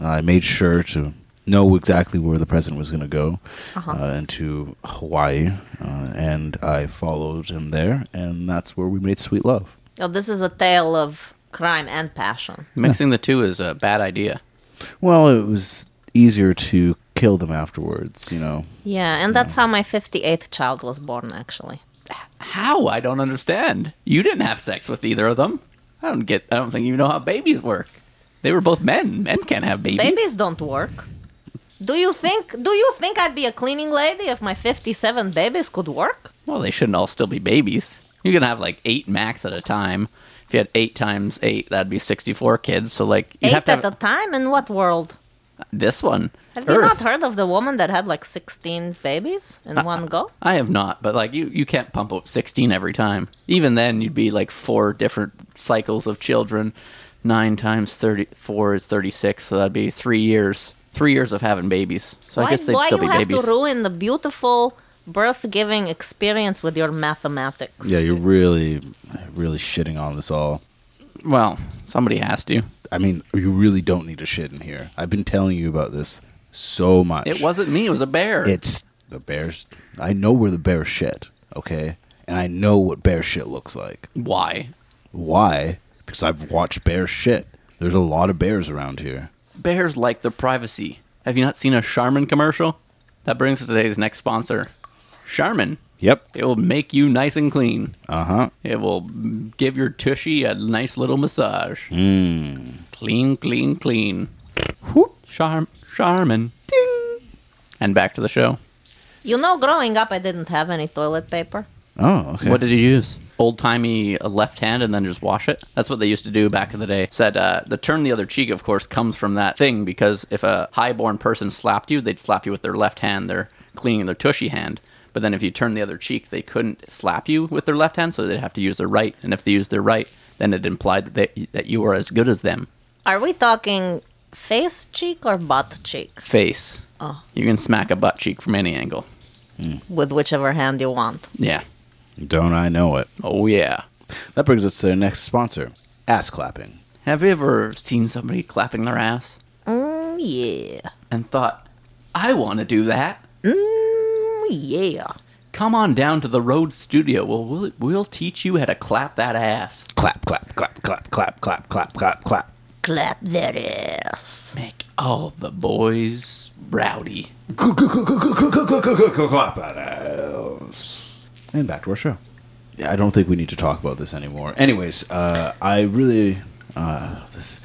S2: I made sure to know exactly where the president was going to go
S1: Uh-huh.
S2: uh into Hawaii, uh, and I followed him there, and that's where we made sweet love.
S3: Oh, this is a tale of crime and passion.
S1: Mixing the two is a bad idea.
S2: Well, it was easier to kill them afterwards, you know.
S3: Yeah, and that's how my fifty-eighth child was born. Actually,
S1: How? I don't understand. You didn't have sex with either of them. I don't get. I don't think you know how babies work. They were both men. Men can't have babies.
S3: babies don't work. Do you think? Do you think I'd be a cleaning lady if my fifty-seven babies could work?
S1: Well, they shouldn't all still be babies. You can have like eight max at a time. If you had eight times eight, that'd be sixty-four kids. So like you
S3: Eight
S1: have to
S3: at
S1: have
S3: a time. In what world?
S1: this one.
S3: Have you not
S1: Earth. Uh,
S3: heard of the woman that had like sixteen babies in one go?
S1: I have not, but like you, you can't pump out sixteen every time. Even then, you'd be like four different cycles of children. Nine times thirty-four is thirty-six, so that'd be three years. Three years of having babies. So I guess they'd
S3: why
S1: still
S3: you
S1: be
S3: have
S1: babies.
S3: to ruin the beautiful birth-giving experience with your mathematics?
S2: Yeah, you're really, really shitting on this all.
S1: well, somebody has to.
S2: I mean, you really don't need to shit in here. I've been telling you about this so much.
S1: It wasn't me. It was a bear.
S2: It's the bears. I know where the bears shit, okay? And I know what bear shit looks like.
S1: why?
S2: Why? Because I've watched bear shit. There's a lot of bears around here.
S1: Bears like their privacy. Have you not seen a Charmin commercial? That brings us to today's next sponsor, Charmin.
S2: Yep.
S1: It will make you nice and clean.
S2: Uh huh.
S1: It will give your tushy a nice little massage. Clean, clean, clean. Whoop. Charm, Charmin. Ding. And back to the show.
S3: You know, growing up, I didn't have any toilet paper.
S2: Oh, okay.
S1: What did you use? Old timey left hand and then just wash it. That's what they used to do back in the day. Said uh, the turn the other cheek, of course, comes from that thing because if a highborn person slapped you, they'd slap you with their left hand, their cleaning their tushy hand. But then if you turn the other cheek, they couldn't slap you with their left hand, so they'd have to use their right. And if they used their right, then it implied that, they, that you were as good as them.
S3: Are we talking face cheek or butt cheek?
S1: Face.
S3: Oh.
S1: You can smack a butt cheek from any angle.
S3: With whichever hand you want.
S1: Yeah.
S2: Don't I know it?
S1: Oh yeah.
S2: That brings us to their next sponsor, ass clapping.
S1: Have you ever seen somebody clapping their ass
S3: Mm, yeah.
S1: and thought, I want to do that?
S3: Mm, yeah.
S1: Come on down to the Road Studio. Well, we'll we'll teach you how to clap that ass.
S2: Clap, clap, clap, clap, clap, clap, clap, clap, clap.
S3: Clap that ass.
S1: Make all the boys rowdy.
S2: Clap that ass. And back to our show. Yeah, I don't think we need to talk about this anymore. Anyways, uh, I really, uh, this,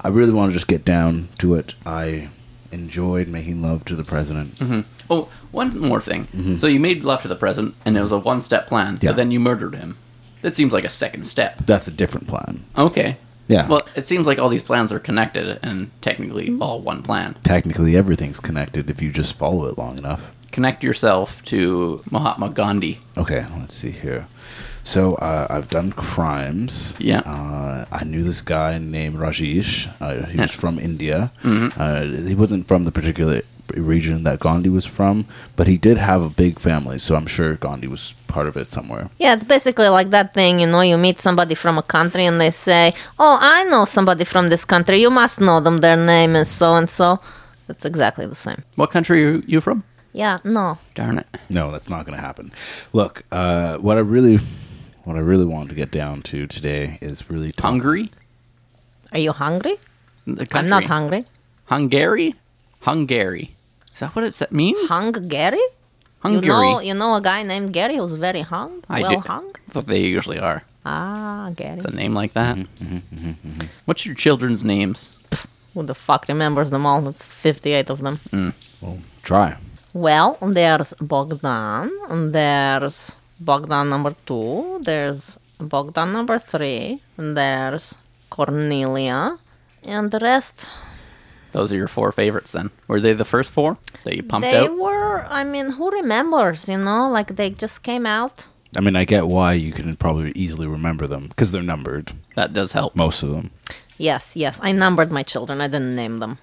S2: I really want to just get down to it. I enjoyed making love to the president.
S1: Oh, one more thing. So you made love to the president, and it was a one-step plan.
S2: Mm-hmm. Yeah.
S1: But then you murdered him. That seems like a second step.
S2: That's a different plan.
S1: Okay.
S2: Yeah. Mm-hmm.
S1: Well, it seems like all these plans are connected and technically all one plan.
S2: Technically, everything's connected if you just follow it long enough.
S1: Connect yourself to Mahatma Gandhi.
S2: Okay, let's see here. So uh, I've done crimes.
S1: Yeah.
S2: Uh, I knew this guy named Rajesh. Uh, he was from India. Uh, he wasn't from the particular region that Gandhi was from, but he did have a big family, so I'm sure Gandhi was part of it somewhere.
S3: Yeah, it's basically like that thing, you know, you meet somebody from a country and they say, Oh, I know somebody from this country. You must know them. Their name is so and so. That's exactly the same.
S1: What country are you from?
S3: Yeah, no.
S1: Darn it.
S2: No, that's not going to happen. Look, uh, what I really, what I really wanted to get down to today is really talk-
S1: Hungary?
S3: Are you hungry?
S1: The
S3: I'm
S1: country.
S3: not hungry.
S1: Hungary? Hungary. Is that what it sa- means?
S3: Hung Gary? You
S1: Hungary.
S3: know, you know a guy named Gary who's very hung?
S1: I
S3: well
S1: do-
S3: hung?
S1: But they usually are.
S3: Ah, Gary.
S1: A name like that.
S2: Mm-hmm,
S1: What's your children's names?
S3: Who the fuck remembers them all? It's 58 of them.
S2: Well, try.
S3: Well, there's Bogdan, and there's Bogdan number two, there's Bogdan number three, and there's Cornelia, and the rest.
S1: Those are your four favorites then. Were they the first four that you pumped
S3: They
S1: out?
S3: were, I mean, who remembers, you know? Like they just came out.
S2: I mean, I get why you can probably easily remember them because they're numbered.
S1: that does help.
S2: Most of them.
S3: Yes, yes, I numbered my children, I didn't name them.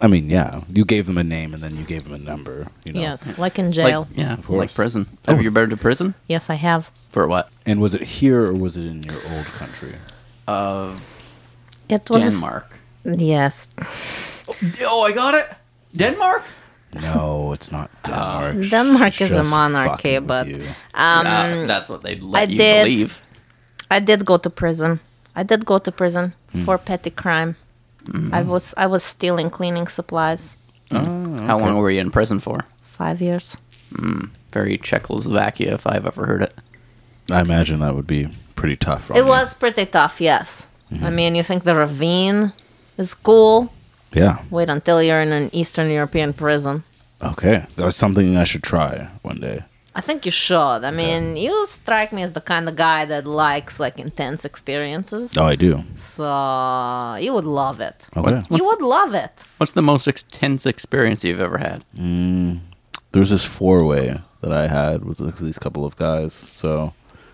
S2: I mean, yeah, you gave them a name and then you gave them a number. You know.
S3: Yes, like in
S1: Like-
S3: jail.
S1: yeah, like
S2: course.
S1: prison. Have you been to prison?
S3: Yes, I have.
S1: For what?
S2: And was it here or was it in your old country?
S3: It was. a s-
S1: Denmark.
S3: Yes.
S1: Oh, I got it. Denmark?
S2: No, it's not Denmark. She's
S3: Uh, Denmark is a
S2: just
S3: monarchy,
S2: fucking with
S3: but
S2: you.
S1: Uh, that's what they let
S3: Um, I
S1: you
S3: did.
S1: believe.
S3: I did go to prison. I did go to prison
S1: Mm.
S3: for petty crime.
S1: Mm-hmm.
S3: I was I was stealing cleaning supplies.
S2: Oh,
S1: How long were you in prison for?
S3: Five years.
S1: Very Czechoslovakia, if I've ever heard it.
S2: I imagine that would be pretty tough. on
S3: It
S2: you.
S3: was pretty tough. Yes.
S1: Mm-hmm.
S3: I mean, you think the ravine is cool?
S2: Yeah.
S3: Wait until you're in an Eastern European prison.
S2: Okay. That's something I should try one day.
S3: I think you should. I mean, you strike me as the kind of guy that likes like intense experiences.
S2: Oh, I do.
S3: So you would love it.
S2: Okay.
S1: What- What's-
S3: you would love it.
S1: What's the most intense experience you've ever had?
S2: There was this four way that I had with these couple of guys. So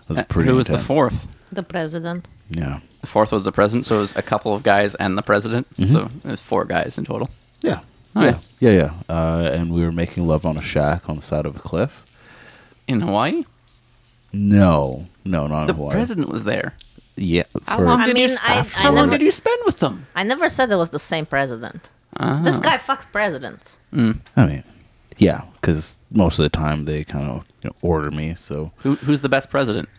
S2: that's pretty.
S1: Uh, Who was the
S2: intense.
S1: fourth?
S3: The president.
S2: Yeah.
S1: The fourth was the president, so it was a couple of guys and the president.
S2: Mm-hmm.
S1: So it was four guys in total.
S2: Yeah.
S1: All
S2: yeah.
S1: right.
S2: Yeah. Yeah. Uh, and we were making love on a shack on the side of a cliff.
S1: In Hawaii?
S2: No, no, not
S1: The
S2: in Hawaii.
S1: president was there.
S2: Yeah,
S1: How
S2: for-
S1: long
S3: I
S1: did
S3: mean,
S1: you
S3: I-
S1: spend?
S3: I
S1: How long
S3: never-
S1: did you spend with them?
S3: I never said it was the same president.
S1: Ah.
S3: This guy fucks presidents.
S2: I mean, yeah, because most of the time they kind of you know, order me. So
S1: Who, who's the best president?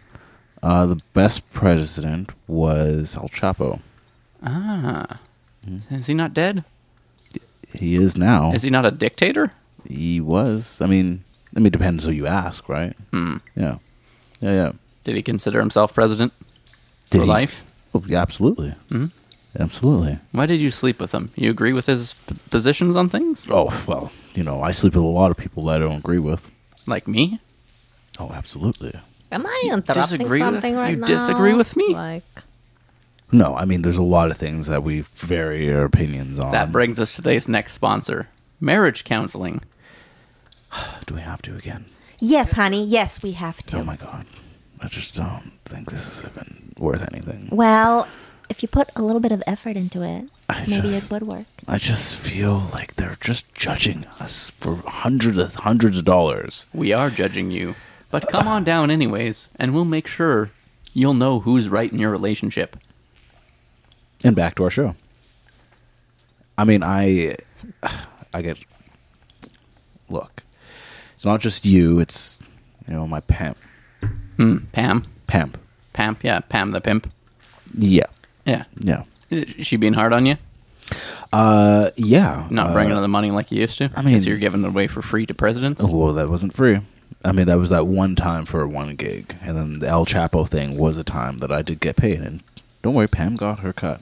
S2: uh, the best president was El Chapo.
S1: Is he not dead?
S2: He is now.
S1: Is he not a dictator?
S2: He was. I mean, I mean, it depends who you ask, right?
S1: Hmm.
S2: Yeah, yeah, yeah.
S1: Did he consider himself president? For
S2: he-
S1: life? Hmm?
S2: Oh, yeah, absolutely, absolutely.
S1: Why did you sleep with him? You agree with his p- positions on things?
S2: Oh well, you know, I sleep with a lot of people that I don't agree with.
S1: Like me?
S2: Oh, absolutely.
S3: Am I interrupting
S1: disagree with-
S3: something right
S1: you
S3: now?
S1: disagree with me?
S3: Like,
S2: No, I mean, there's a lot of things that we vary our opinions on.
S1: That brings us to today's next sponsor marriage counseling.
S2: Do we have to again?
S3: yes, honey. Yes, we have to.
S2: Oh my god. I just don't think this has been worth anything.
S4: Well, if you put a little bit of effort into it,
S2: I
S4: maybe
S2: just-
S4: it would work.
S2: I just feel like they're just judging us for hundreds of hundreds of dollars.
S1: We are judging you. But come on down, anyways, and we'll make sure you'll know who's right in your relationship.
S2: And back to our show. I mean, I, I get. Look, it's not just you. It's you know my pimp,
S1: Hmm, Pam.
S2: pimp.
S1: Pam, yeah, Pam the pimp.
S2: Yeah,
S1: Yeah.
S2: yeah,
S1: Is She being hard on you?
S2: uh, yeah.
S1: Not
S2: uh,
S1: bringing in the money like you used to?
S2: I mean- Oh.
S1: 'Cause you're giving it away for free to presidents?
S2: Well, that wasn't free. I mean, that was that one time for one gig, and then the El Chapo thing was a time that I did get paid. And don't worry, Pam got her cut.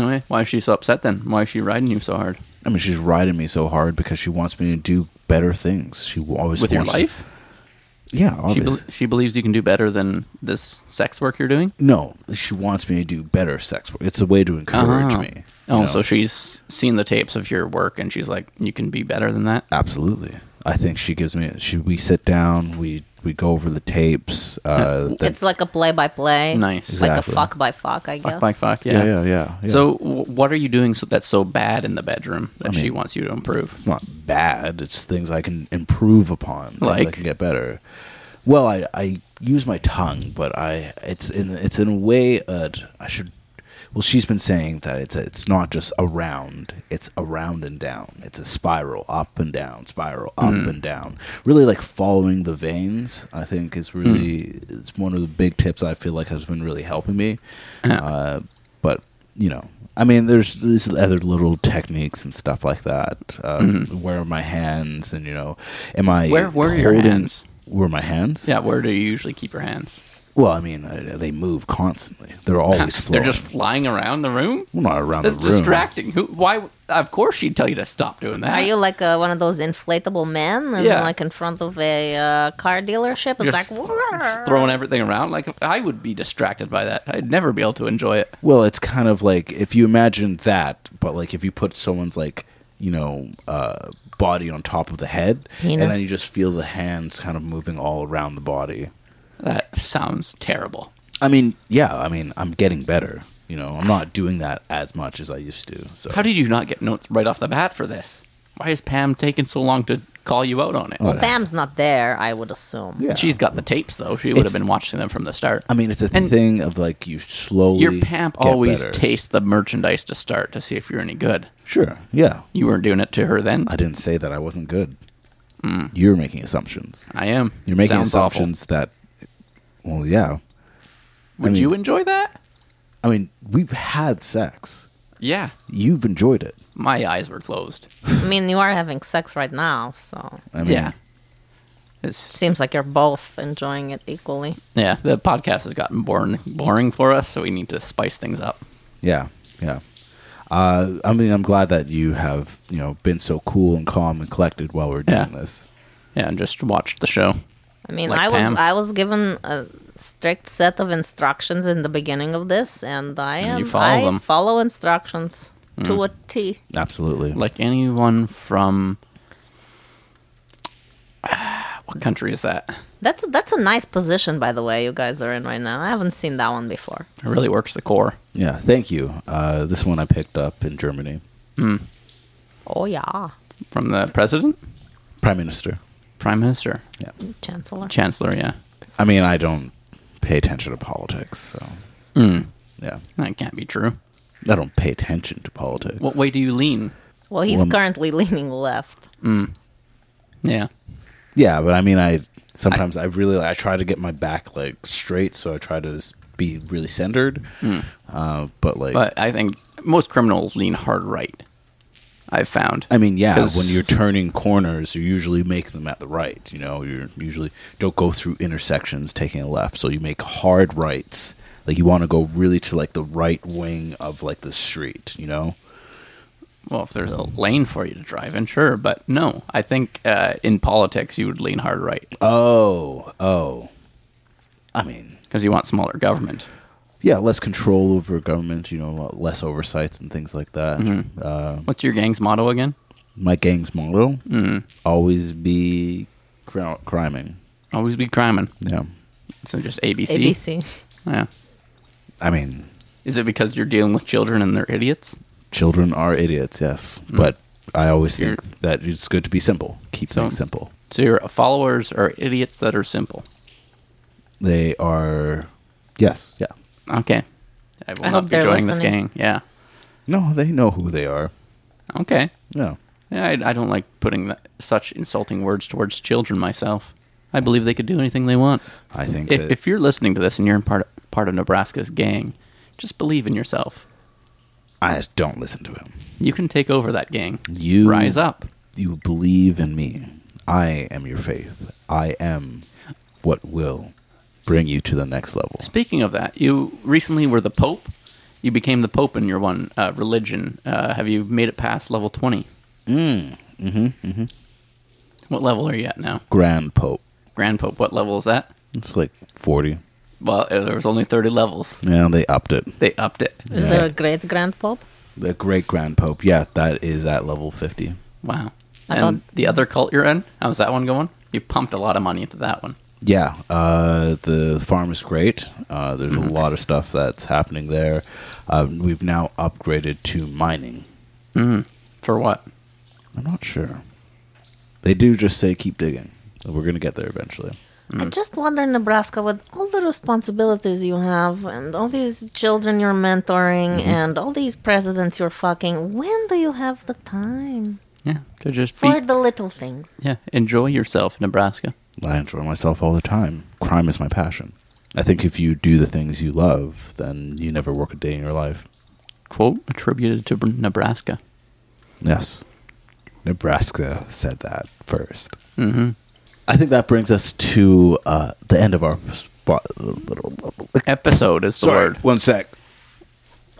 S1: Okay. Why is she so upset then? Why is she riding you so hard?
S2: I mean, she's riding me so hard because she wants me to do better things. She always
S1: With your
S2: wants to-
S1: life?
S2: yeah,
S1: She,
S2: obviously.
S1: bel she believes you can do better than this sex work you're doing?
S2: no, she wants me to do better sex work. It's a way to encourage
S1: Oh.
S2: me. you
S1: Oh,
S2: know?
S1: so she's seen the tapes of your work and she's like, you can be better than that?
S2: absolutely. I think she gives me. She we sit down. We we go over the tapes. Uh, the-
S3: It's like a play by play.
S1: Nice.
S3: Like a
S2: Exactly.
S3: fuck by fuck, I guess.
S1: Fuck, fuck, fuck, yeah.
S2: yeah, yeah, yeah, yeah.
S1: So, w- what are you doing so that's so bad in the bedroom that she
S2: mean-
S1: wants you to improve?
S2: it's not bad. It's things I can improve upon. things I
S1: Like?
S2: can get better. Well, I, I use my tongue, but I it's in it's in a way uh, I should. Well, she's been saying that it's it's not just around. It's around and down. It's a spiral up and down, spiral up and down. Really, like following the veins. I think is really it's one of the big tips I feel like has been really helping me. Uh, but you know, I mean, there's these other little techniques and stuff like that. Um, Where are my hands? And you know, am I
S1: Mm-hmm. Where- where are your
S2: holding-
S1: hands?
S2: Where my hands?
S1: Yeah, where do you usually keep your hands?
S2: Well, I mean, uh, they move constantly. They're always
S1: They're
S2: flowing.
S1: just flying around the room?
S2: well, not around
S1: That's
S2: the room.
S1: distracting. Who? Why? Of course, she'd tell you to stop doing that.
S3: Are you like uh, one of those inflatable men, and
S1: Yeah.
S3: like in front of a uh, car dealership? It's
S1: Just
S3: like "Whoa."
S1: throwing everything around? Like I would be distracted by that. I'd never be able to enjoy it.
S2: Well, it's kind of like if you imagine that, but like if you put someone's like you know uh, body on top of the head, and
S3: Penis.
S2: then you just feel the hands kind of moving all around the body.
S1: That sounds terrible.
S2: I mean, yeah. I mean, I'm getting better. You know, I'm not doing that as much as I used to. So
S1: How did you not get notes right off the bat for this? Why is Pam taking so long to call you out on it?
S2: Oh,
S3: Pam's not there, I would assume.
S2: yeah.
S1: She's got the tapes though. She would have
S2: It's-
S1: been watching them from the start.
S2: I mean, it's a
S1: And-
S2: thing of like you slowly.
S1: Your Pam
S2: get
S1: always
S2: better.
S1: tastes the merchandise to start to see if you're any good.
S2: Sure. Yeah.
S1: You weren't doing it to her then.
S2: I didn't say that I wasn't good. You're making assumptions.
S1: I am.
S2: You're making
S1: Hmm. Sounds awful.
S2: assumptions that. Well, yeah.
S1: Would
S2: mean-
S1: you enjoy that?
S2: I mean, we've had sex.
S1: Yeah.
S2: You've enjoyed it.
S1: My eyes were closed.
S3: I mean, you are having sex right now, so
S2: I mean,
S1: yeah. It's
S3: seems like you're both enjoying it equally.
S1: Yeah, the podcast has gotten boring, boring for us, so we need to spice things up.
S2: Yeah. Yeah. Uh, I mean, I'm glad that you have you know been so cool and calm and collected while we're doing
S1: Yeah.
S2: this.
S1: Yeah, and just watch the show.
S3: I mean,
S1: Like
S3: I was
S1: Pam.
S3: I was given a strict set of instructions in the beginning of this, and I am
S1: you follow
S3: I
S1: them. Mm.
S3: follow instructions to a T.
S2: Absolutely.
S1: Like anyone from what country is that?
S3: That's that's a nice position, by the way. You guys are in right now. I haven't seen that one before.
S1: It really works the core.
S2: yeah. Thank you. Uh, this one I picked up in Germany.
S3: Oh yeah,
S1: From the president,
S2: Prime Minister.
S1: prime minister,
S2: Yeah.
S3: Chancellor.
S1: chancellor. Yeah,
S2: I mean, I don't pay attention to politics, so yeah,
S1: that can't be true.
S2: I don't pay attention to politics.
S1: What way do you lean?
S3: Well, he's
S2: Woman.
S3: currently leaning left.
S1: Yeah,
S2: Yeah, but I mean, I sometimes I, really I try to get my back like straight, so I try to s- be really centered. Uh, but like,
S1: but I think most criminals lean hard right. I've found.
S2: I mean, yeah,
S1: 'Cause-
S2: when you're turning corners, you usually make them at the right. You know, you usually don't go through intersections taking a left, so you make hard rights. Like you want to go really to like the right wing of like the street. You know,
S1: well, if there's a lane for you to drive in, sure. But no, I think uh, in politics you would lean hard right
S2: Oh, oh. I mean,
S1: because you want smaller government.
S2: yeah, less control over government, you know, less oversights and things like that. Uh,
S1: What's your gang's motto again?
S2: my gang's motto always be cr- criming.
S1: Always be criming.
S2: Yeah.
S1: So just ABC.
S3: ABC.
S1: Yeah.
S2: I mean,
S1: Is it because you're dealing with children and they're idiots? Mm.
S2: children are idiots, yes. But I always think that it's good to be simple, keep
S1: So-
S2: things simple.
S1: So your followers are idiots that are simple.
S2: They are. Yes. Yeah.
S1: Okay. I will not
S3: I hope
S1: be
S3: they're
S1: joining this
S3: listening.
S1: gang. Yeah.
S2: No, they know who they are.
S1: Okay.
S2: No.
S1: Yeah, I, I don't like putting that, such insulting words towards children myself. I believe they could do anything they want.
S2: I think
S1: If,
S2: that-
S1: if you're listening to this and you're in part part of Nebraska's gang, just believe in yourself.
S2: I just don't listen to him.
S1: You can take over that gang.
S2: You
S1: rise up.
S2: You believe in me. I am your faith. I am what will bring you to the next level.
S1: Speaking of that, you recently were the Pope. You became the Pope in your one uh, religion. Uh, have you made it past level twenty? Mm. Mm-hmm. Mm-hmm. What level are you at now,
S2: Grand Pope.
S1: Grand Pope? What level is that?
S2: It's like forty.
S1: Well, uh, there was only thirty levels.
S2: Now they upped it.
S1: They upped it.
S3: Is
S2: Yeah.
S3: there a great grand pope?
S2: The Great Grand Pope. Yeah, that is at level fifty.
S1: Wow.
S3: I
S1: and
S3: thought-
S1: the other cult you're in, how's that one going? You pumped a lot of money into that one.
S2: Yeah, uh, the farm is great. Uh, there's a lot of stuff that's happening there. Uh, we've now upgraded to mining.
S1: For what?
S2: I'm not sure. They do just say keep digging. We're gonna get there eventually.
S3: I
S1: Mm.
S3: just wonder, Nebraska, with all the responsibilities you have and all these children you're mentoring
S1: Mm-hmm.
S3: and all these presidents you're fucking, when do you have the time
S1: Yeah, to just be,
S3: for the little things?
S1: yeah, enjoy yourself, Nebraska.
S2: I enjoy myself all the time. Crime is my passion. I think if you do the things you love, then you never work a day in your life.
S1: Quote attributed to Br- Nebraska.
S2: Yes. Nebraska said that 1st Mm-hmm. I think that brings us to uh, the end of our spot.
S1: Episode is the
S2: Sorry,
S1: word.
S2: one sec.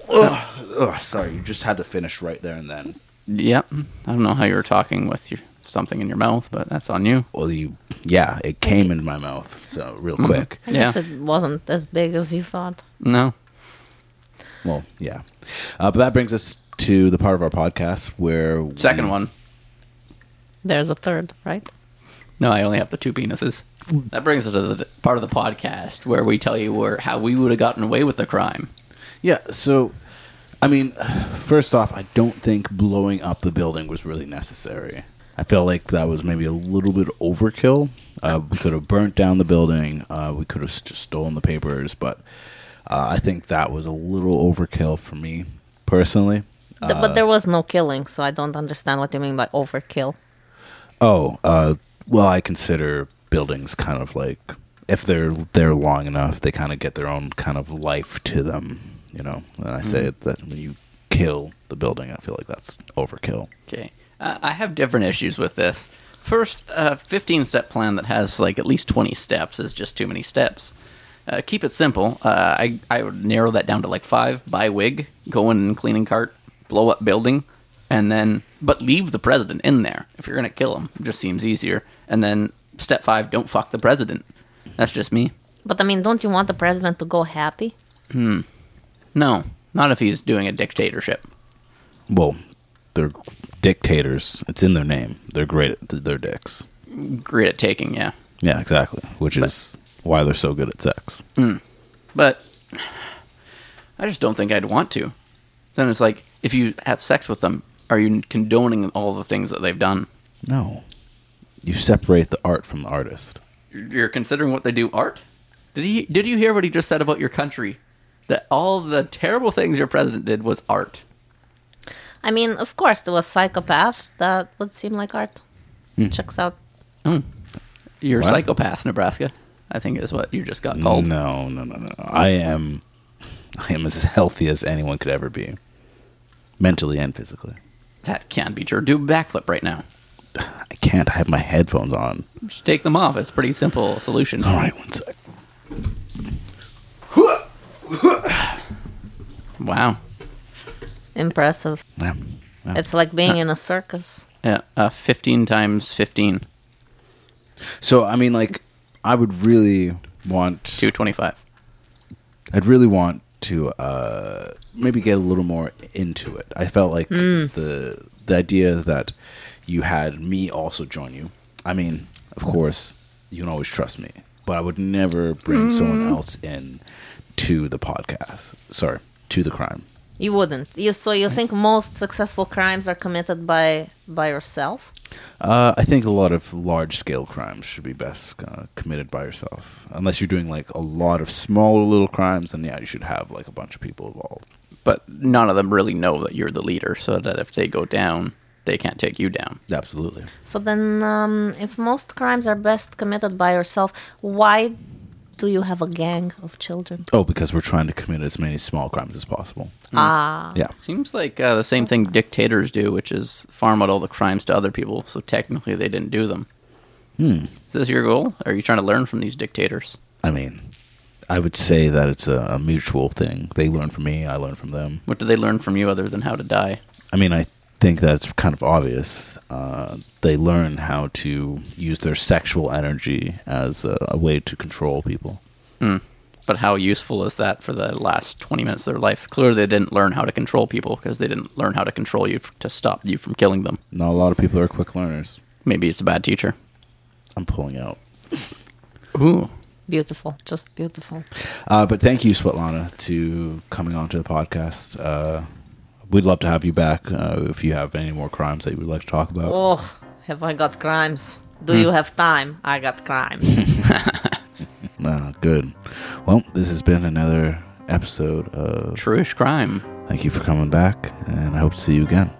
S2: Ugh, ugh, sorry, you just had to finish right there and then.
S1: Yep. I don't know how you were talking with your something in your mouth, but that's on you.
S2: Well, you, yeah, it came into my mouth, so real
S1: Mm-hmm.
S2: quick.
S3: I
S1: Yeah.
S3: guess it wasn't as big as you thought.
S1: No.
S2: Well, yeah, uh, but that brings us to the part of our podcast where we-
S1: Second one.
S3: There's a third, right?
S1: No, I only have the two penises. That brings us to the d- part of the podcast where we tell you where how we would have gotten away with the crime.
S2: Yeah, so I mean, first off, I don't think blowing up the building was really necessary. I feel like that was maybe a little bit overkill. Uh, we could have burnt down the building. Uh, we could have s- just stolen the papers, but uh, I think that was a little overkill for me personally.
S3: Th- but there was no killing, so I don't understand what you mean by overkill.
S2: Oh, uh, well, I consider buildings kind of like if they're there long enough, they kind of get their own kind of life to them, you know. And I say that when you kill the building, I feel like that's overkill.
S1: Okay. Uh, I have different issues with this. First, a 15 step plan that has like at least 20 steps is just too many steps. Uh, keep it simple. Uh, I, I would narrow that down to like five buy wig, go in and cleaning cart, blow up building, and then, but leave the president in there if you're going to kill him. It just seems easier. And then step five, don't fuck the president. That's just me.
S3: But I mean, don't you want the president to go happy?
S1: No, not if he's doing a dictatorship.
S2: Well, they're dictators. It's in their name. They're great at th- their dicks.
S1: Great at taking, yeah.
S2: Yeah, exactly. Which is why they're so good at sex.
S1: but I just don't think I'd want to. Then it's like, if you have sex with them, are you condoning all the things that they've done?
S2: No, you separate the art from the artist.
S1: You're considering what they do art? Did he? Did you hear what he just said about your country? That all the terrible things your president did was art.
S3: I mean, of course, there was psychopath. That would seem like art.
S2: Hmm.
S3: Checks out.
S1: You're
S2: What? Mm.
S1: a psychopath, Nebraska. I think is what you just got called.
S2: No, no, no, no. I am, I am as healthy as anyone could ever be, mentally and physically.
S1: That can't be true. Do a backflip right now.
S2: I can't. I have my headphones on.
S1: Just take them off. It's a pretty simple solution.
S2: All right, one sec.
S1: Wow.
S3: Impressive.
S2: Yeah, yeah.
S3: It's like being in a circus.
S1: Yeah, uh, 15 times 15,
S2: So I mean, like, I would really want
S1: 225.
S2: I'd really want to uh, maybe get a little more into it. I felt like the the idea that you had me also join you. I mean, of course, you can always trust me, but I would never bring someone else in to the podcast. Sorry, to the crime.
S3: You wouldn't. You so you think most successful crimes are committed by by yourself?
S2: Uh, I think a lot of large scale crimes should be best uh, committed by yourself. Unless you're doing like a lot of small little crimes, then yeah, you should have like a bunch of people involved.
S1: But none of them really know that you're the leader, so that if they go down, they can't take you down.
S2: Absolutely.
S3: So then, um, if most crimes are best committed by yourself, why do you have a gang of children?
S2: Oh, because we're trying to commit as many small crimes as possible.
S3: Ah,
S2: Yeah.
S1: Seems like uh, the same thing dictators do, which is farm out all the crimes to other people. So technically, they didn't do them. Hmm. Is this your goal? Or are you trying to learn from these dictators?
S2: I mean, I would say that it's a, a mutual thing. They learn from me, I learn from them.
S1: What do they learn from you other than how to die?
S2: I mean, I think that's kind of obvious. Uh, they learn how to use their sexual energy as a, a way to control people.
S1: But how useful is that for the last 20 minutes of their life? Clearly, they didn't learn how to control people because they didn't learn how to control you f- to stop you from killing them.
S2: Not a lot of people are quick learners.
S1: Maybe it's a bad teacher.
S2: I'm pulling out.
S1: Ooh.
S3: beautiful, just beautiful.
S2: Uh, but thank you, Svetlana, to coming on to the podcast. Uh, we'd love to have you back uh, if you have any more crimes that you would like to talk about.
S3: Oh, have I got crimes? Do you have time? I got crimes.
S2: Uh, good. Well, this has been another episode of.
S1: Truish crime.
S2: Thank you for coming back, and I hope to see you again.